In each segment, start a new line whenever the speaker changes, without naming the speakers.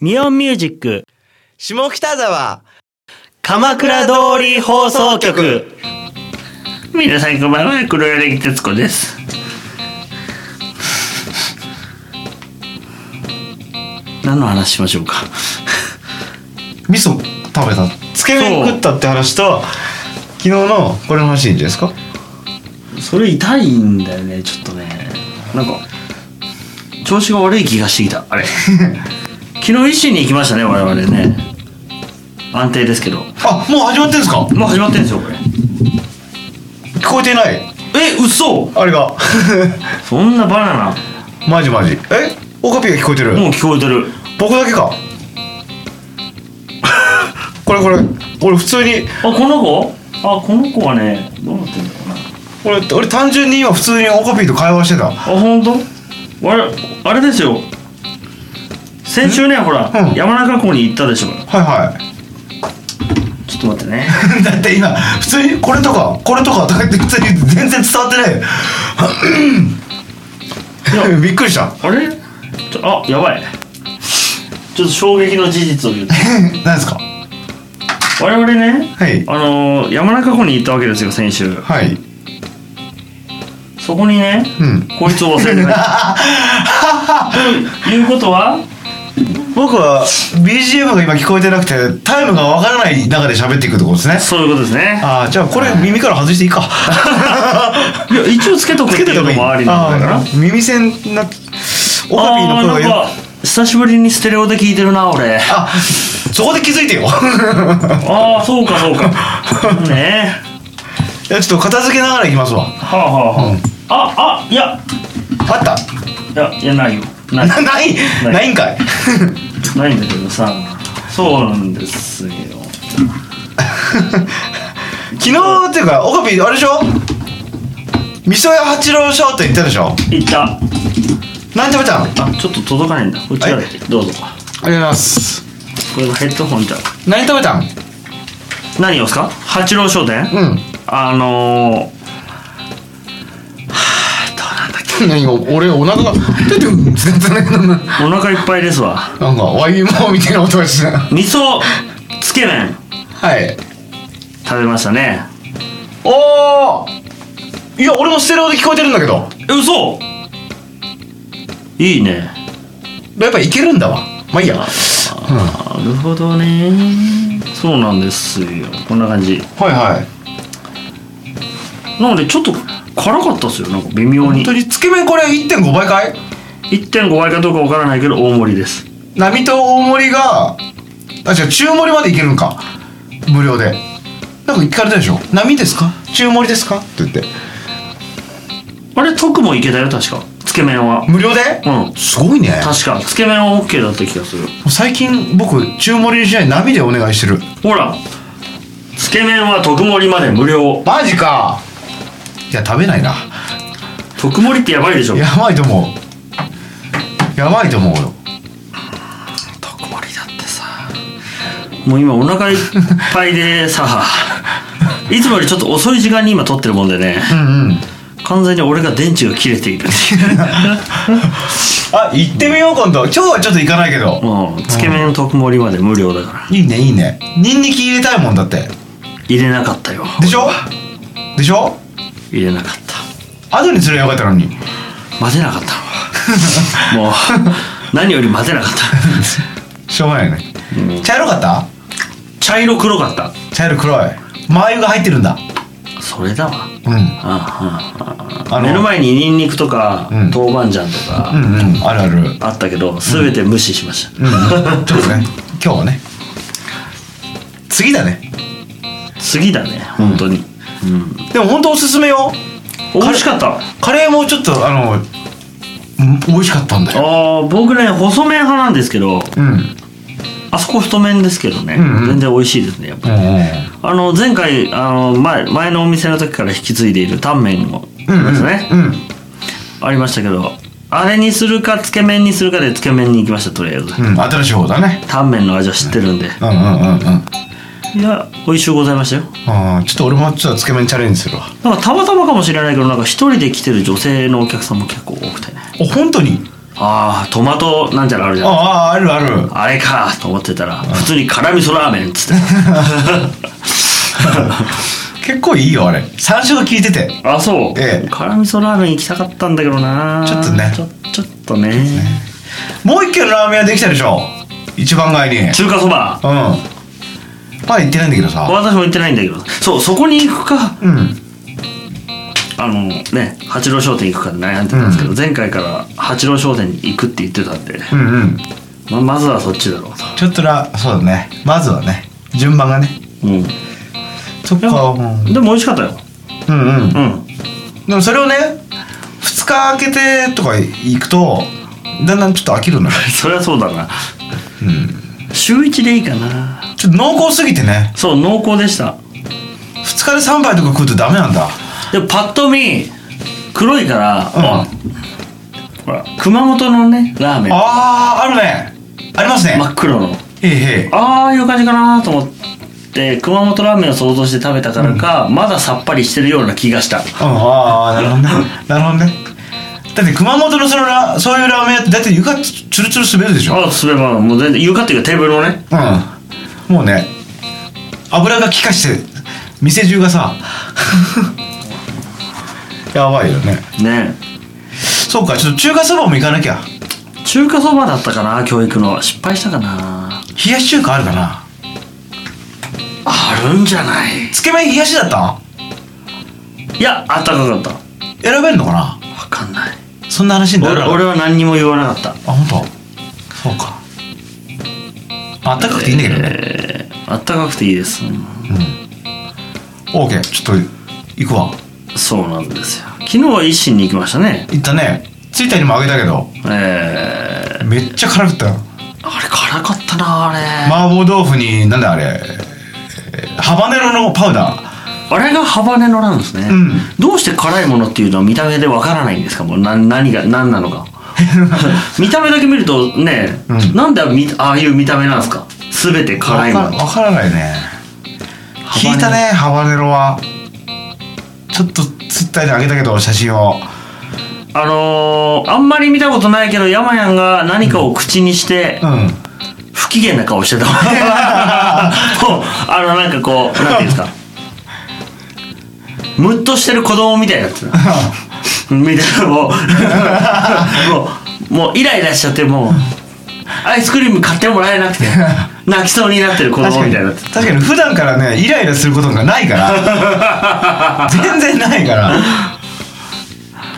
ミオンミュージック
下北沢
鎌倉通り放送局皆さんこんばんは黒柳徹子です何の話しましょうか
味噌食べたつけ麺食ったって話と昨日のこれの話いいんじゃないですか
それ痛いんだよねちょっとねなんか調子が悪い気がしてきたあ れ昨日医師に行きましたね我々ね安定ですけど
あもう始まってんですか
もう始まってんですよこれ
聞こえてない
え嘘
あれが
そんなバナ
マジマジえオカピが聞こえてる
ナもう聞こえてる
僕だけか これこれ俺普通に
あこの子あこの子はねどうなってんだろうな
俺俺単純に今普通にオカピと会話してた
あ本当あれあれですよ先週ねほら、
うん
山中湖に行ったでしょ
はいは
ちょっと待ってね
いだって今普通にこれとかこれとかとかって普通に全然伝わってない びっくりした
あれちょあやばいちょっと衝撃の事実を言うと
何ですか
我々ね
はい
あのー山中湖に行ったわけですよ先週
はい
そこにね、
うん
こいつを忘れてないと いうことは
僕は BGM が今聞こえてなくてタイムがわからない中で喋っていくってことですね
そういうことですね
ああじゃあこれ耳から外していい か
いや一応つけとくっていうのもありなんだよな
あー耳栓なオカピ
あ
の
ー
声
なん
が
か久しぶりにステレオで聞いてるな俺
あそこで気づい てよ
ああそうかそう かねえ
いやちょっと片付けながらいきますわ
はあはあはあ、ああいや
あった
いやいやないよない
なない
ない
ないんかい
ないんだけどさそうなんですよ
昨日っていうかオカピあれでしょ味噌屋八郎商店行ったでしょ
いったあ
何食べたのあり
ちょっと届かないんだこっちからどうぞ
がとうございます
これがヘッドホンじゃん
何食べたん
何をですか八郎商店
うん
あのーはあどうなんだっけ
何俺お腹が出てくるんですか
お腹いっぱいですわ
なんか、ワイモみたいな音がしてな。
味噌つけ麺
はい。
食べましたね
おーいや、俺もステレオで聞こえてるんだけど。
え嘘いいね
やっぱいけるんだわ。まあいいや。はい
なるほどねそうなんですよこんな感じ
はい。
なのでちょっと辛かったですよなんか微妙
本
に
当につけ麺これ1.5倍かい
1.5倍かどうかわからないけど大盛りです
並と大盛りが、あ、じゃあ中盛りまでいけるんか。無料で。なんか聞かれたでしょ。並ですか中盛りですかって言って。
あれ特もいけたよ確かつけ麺は
無料で
うん
すごいね。
確かつけ麺は OK だった気がする
最近僕、中盛りにしない並でお願いしてる。
ほらつけ麺は特盛りまで無料
マジか。いや、食べないな。
特盛りってやばいでしょ
やばいと思う。やばいと思うよ。
特盛りだってさもう今お腹いっぱいで さいつもよりちょっと遅い時間に今撮ってるもんでね
うんうん。
完全に俺が電池が切れているっていう
あ行ってみよう今度今日はちょっと行かないけど、
もうつけ麺の特盛りまで無料だから
いいねいいねニンニク入れたいもんだって
入れなかったよ
でしょでしょ
入れなかった
後にすればよかったのに
混ぜなかった のもう何より混ぜなかった
しょうがないよね、茶色かった
茶色黒かった
茶色黒い麻油が入ってるんだ
それだわ
うん
ああああ
あの
目の前にニンニクとか、
うん
豆板醤とか、
うんうんあるあるうん
あったけど全て無視しました、
ちょっとね今日はね次だね
次だね本当に、うん
でも本当おすすめよ
美味しかった
カレーもちょっとあのうん美味しかったんだよ
あー僕ね細麺派なんですけど
うんうん
あそこ太麺ですけどね、
うんうん
全然美味しいですねやっぱりあの前回あの前前のお店の時から引き継いでいるタンメンの
うん
ですね、
うんうん
ありましたけどあれにするかつけ麺にするかでつけ麺に行きましたとりあえず、
うん新しい方だね
タンメンの味は知ってるんで、
うんうんうんうん
いや美味しゅうございましたよ
ああちょっと俺もちょっとつけ麺チャレンジするわ
なんかたまたまかもしれないけどなんか一人で来てる女性のお客さんも結構多くてね
お本当に
あああトマトなんちゃらあるじゃんあ
あああるある
れかと思ってたら普通に辛味噌ラーメンっつって
結構いいよあれ山椒が効いてて
たあそう、
ええ
辛味噌ラーメン行きたかったんだけどな
ちょっとね
ちょちょっとね
もう一軒ラーメン屋できたでしょ一番街にうん
中華そば
まだ行ってないんだけどさ
私も行ってないんだけどそうそこに行くか
うん
あのね八郎商店行くかで悩んでたんですけど、前回から八郎商店に行くって言ってたんで、
うんうん
ままずはそっちだろうと
ちょっとらそうだねまずはね順番がね
うん
そっ
で
か、
も
うん、
でも美味しかったよ
うんう
う
ん
ん
でもそれをね2日空けてとか行くとだんだんちょっと飽きるのよ、
そりゃそうだな
うん、
週一でいいかな
ちょっと濃厚すぎてね
そう濃厚でした
2日で3杯とか食うとダメなんだ
でもパッと見黒いから、
うん
あほら熊本のねラーメン
あーあるねありますね、
真っ黒の
へいへい
ああいう感じかなと思って熊本ラーメンを想像して食べたからか、まださっぱりしてるような気がした
うんああなるほどねなるほどねだって熊本のそのラそういうラーメン屋ってだって床ツルツル滑るでしょ
あすればもう全然床っていうかテーブルのね
うんもうね油が気化して店中が さやばいよね
ね
そうかちょっと中華そばも行かなきゃ
中華そばだったかな教育の失敗したかな
冷やし中華あるかな
あるんじゃない
つけ麺冷やしだった
いやあったかかったわ
選べんのかな
かんない
そんな話になる
俺俺は何にも言わなかった
あ本当そうかあったかくていいんだけどね、
えー、あったかくていいです、
オーケーちょっと行くわ
そうなんですよ昨日は一心に行きましたね
行ったねツイッターにもあげたけど
え
めっちゃ辛かったよ
ー、あれ辛かったなあれ、
麻婆豆腐になんだあれえーハバネロのパウダー
あれがハバネロなんですね、
うん
どうして辛いものっていうのは見た目でわからないんですかもうな何が何なの か見た目だけ見るとね、
うん
なんであみああいう見た目なんですか全て辛いもの
わか分からないね
ハバネロ
聞いたねハバネロはちょっとツイッターにあげたけど写真を
あのー、あんまり見たことないけど山やんが何かを口にして
うん
不機嫌な顔してたもん もうあのなんかこうなんていうんですかムッとしてる子供みたいなやつみたいな もうもうもうイライラしちゃってもうアイスクリーム買ってもらえなく て泣きそうになってる子
確
供
か
み
に
たいな
確かに普段からねイライラすることがないから 全然ないから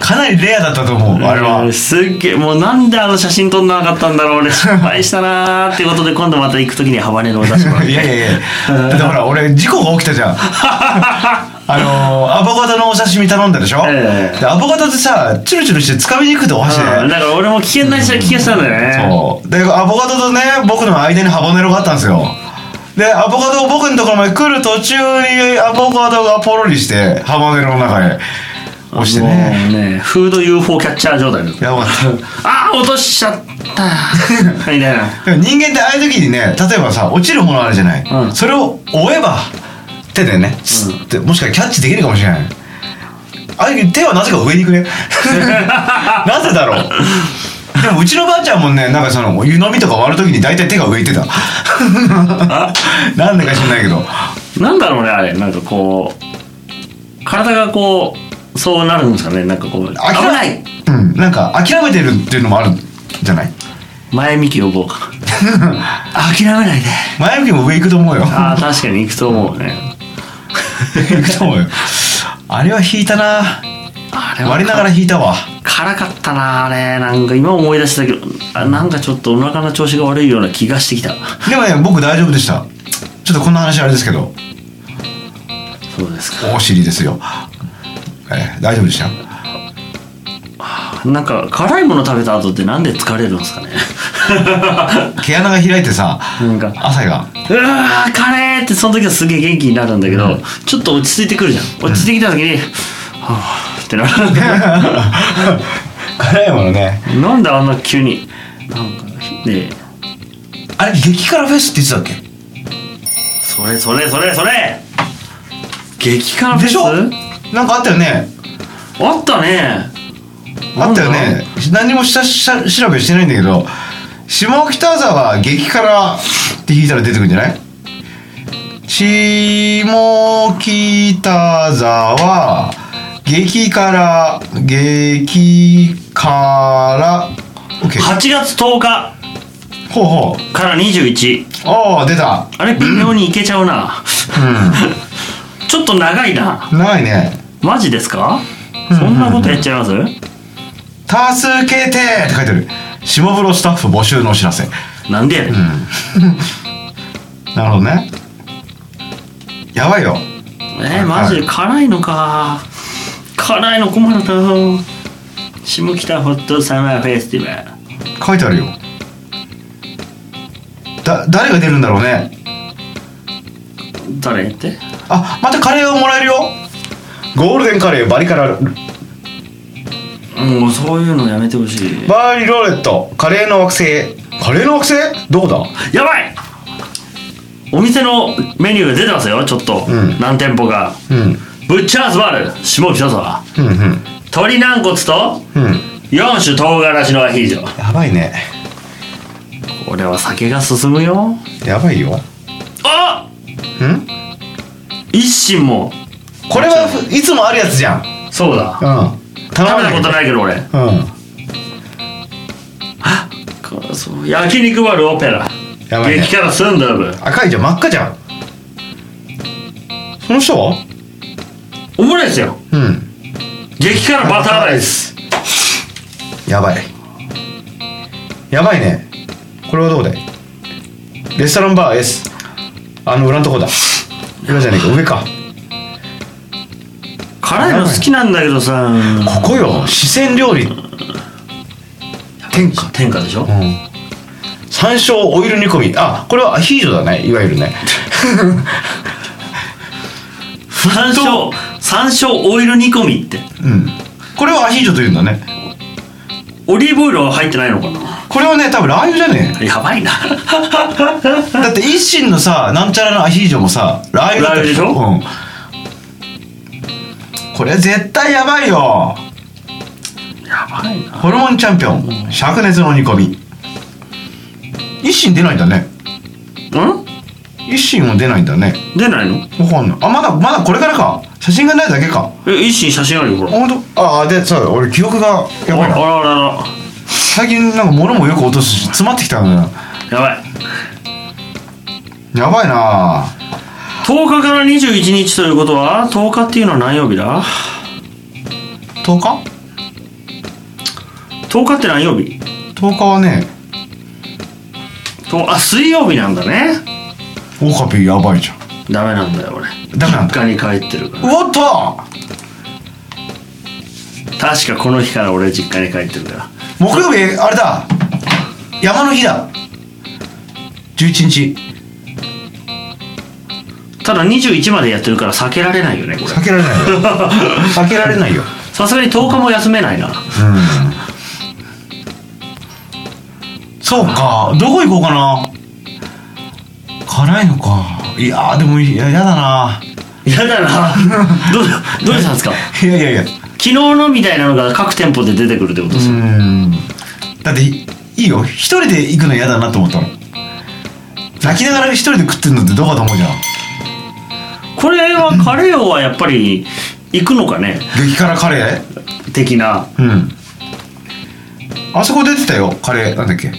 かなりレアだったと思うあれは
うんすっげえもうなんであの写真撮んなかったんだ ろう俺失敗したなーってことで今度また行く時にハバネロを出してもらっ
い
て
やいやいやだってほら俺事故が起きた じゃんあのーアボカドのお刺身頼んだでしょ、
ええ
でアボカドってさチュルチュルして掴みに行くってお箸で、
うんだから俺も危険な人気がしたんだよね、
そうでアボカドとね僕の間にハバネロがあったんですよでアボカドを僕のところまで来る途中にアボカドがポロリしてハバネロの中へ押してね
もうねフード UFO キャッチャー状態です
やばかった
ああ落としちゃった みたいな
でも人間ってああいう時にね例えばさ落ちるものあるじゃない、
うん
それを追えば手でねスッて、もしかしたらキャッチできるかもしれないああいう手はなぜか上に行 くねなぜだろうでもうちのばあちゃんもねなんかそのお湯飲みとか割る時に大体手が上行ってた なんでか知んないけど
なんだろうねあれなんかこう体がこうそうなるんですかねなんかこう危
諦め
ない
うんなんか諦めてるっていうのもあるんじゃない
前見き呼ぼ うか諦めないで
前向きも上行くと思うよ
ああ確かに行くと思うね
行くと思うよあれは引いたな
あれは
割りながら引いたわ
辛かったなあれなんか今思い出したけどあなんかちょっとお腹の調子が悪いような気がしてきた
でもね僕大丈夫でしたちょっとこんな話あれですけど
そうですか
お尻ですよ、えー大丈夫でした
なんか辛いもの食べた後ってなんで疲れるんですかね
毛穴が開いてさ
なんか
朝が
うわーカレーってその時はすげえ元気になるんだけど、ちょっと落ち着いてくるじゃん落ち着いてきた時に、はぁってなる
辛いものね
なんであんな急になんかね
あれ激辛フェスって言ってたっ
それそれそれそれ激辛フ
けで
ェ
し
ス
ょなんかあったよね
あったね
あったよね何も下下調べしてないんだけど下北沢激辛って引いたら出てくるんじゃない下北沢激辛激辛 OK
8月10日
ほうほう
から21
ああ出た
あれ微妙にいけちゃうなちょっと長いな
うんないね
マジですかそんなことやっちゃいます
「助けて!」って書いてある下風呂スタッフ募集のお知らせ
なんでやねん
なるほどねやばいよ
えー、マジで辛いのか辛いの困るな下北ホットサマーフェスティバル
書いてあるよだ誰が出るんだろうね
誰って
あまたカレーをもらえるよゴールデンカレーバリカラ
もうそういうのやめてほしい
バリロレットカレーの惑星カレーの惑星どこだ
やばいお店のメニューが出てますよちょっと、
うん
何店舗か
うん
ブッチャーズバル下北沢
うんうん
鶏軟骨と
うん
4種唐辛子のアヒージョ
やばいね
これは酒が進むよ
やばいよ
あ
うん
一心も
これはいつもあるやつじゃんうん
そうだ食べ
頼
た
まない
ことないけど俺
うん
こそう焼肉バルオペラ
やばいね
激辛スンドゥブ
赤いじゃん真っ赤じゃんその人は
オムライスよ
うん
激辛バターライス
やばいやばいねこれはどうだいレストランバー S あの裏のとこだ裏じゃねえか上か
辛いの好きなんだけどさ
ここよ四川料理天下
天下でしょ、
うん山椒オイル煮込みあこれはアヒージョだねいわゆるね
山椒山椒オイル煮込みって
うんこれはアヒージョというんだね
オリーブオイルは入ってないのかな
これはね多分ラー油じゃねえ
やばいな
だって一心のさなんちゃらのアヒージョもさラー油だった
ラー油
うん、これ絶対やばいよ
やばいな
ホルモンチャンピオン灼熱の煮込み一心出ないんだね
うん
一心も出ないんだね
出ないの
わかんないあまだまだこれからか写真がないだけか
え一心写真あるよほ
あ
ら
本当ああでそう俺記憶がやばい
あ
な
らあらあ
最近なんか物もよく落とすし詰まってきたんだ
ら
よ
やばい
やばいな
10日から21日ということは10日っていうのは何曜日だ
10日
10日って何曜日
10日はね
とあ水曜日なんだね
オカピやばいじゃん
ダメなんだよ俺
ダメなんだ
実家に帰ってるから
おっと
確かこの日から俺実家に帰ってるから
木曜日あれだ山の日だ11日
ただ21までやってるから避けられないよねこれ
避けられない よ避けられないよ
さすがに10日も休めないな
そうかどこ行こうかな辛いのかいやーでもいややだな
やだ などうどうしたんですか
いやいやいや
昨日のみたいなのが各店舗で出てくるってことで
う
すよ、
んだっていいいよ一人で行くの嫌だなと思ったの泣きながら一人で食ってるのってどうかと思うじゃん
これはカレー王はやっぱり行くのかね
激辛カレー
的な
うんあそこ出てたよカレーなんだっけ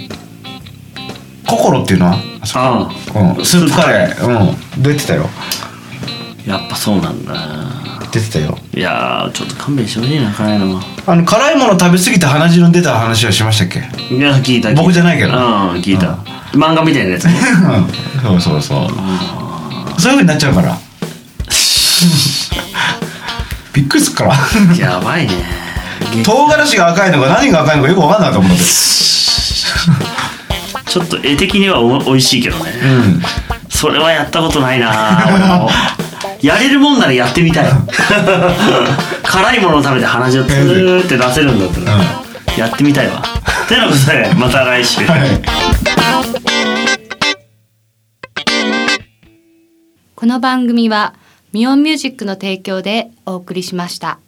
ココロっていうのはあそこ
あ
うん、スープカレー、うん、出てたよ
あやっぱそうなんだ
出てたよ
いやーちょっと勘弁してほしいな辛いのは
あの辛いもの食べ過ぎて鼻血の出た話はしましたっけ
いや聞いた聞いた
僕じゃないけど
うん聞いた、漫画みたいなやつね
うんそうそうそうそういうふうになっちゃうから びっくりすっから
やば いね
唐辛子が赤いのか何が赤いのかよく分かんなかったもんだって
ちょっと絵的にはお美味しいけどね
うん
それはやったことない な俺もやれるもんならやってみたい 辛いものを食べて鼻血をツーって出せるんだったら、やってみたいわてなことでまた来週
はい
この番組はミオンミュージックの提供でお送りしました。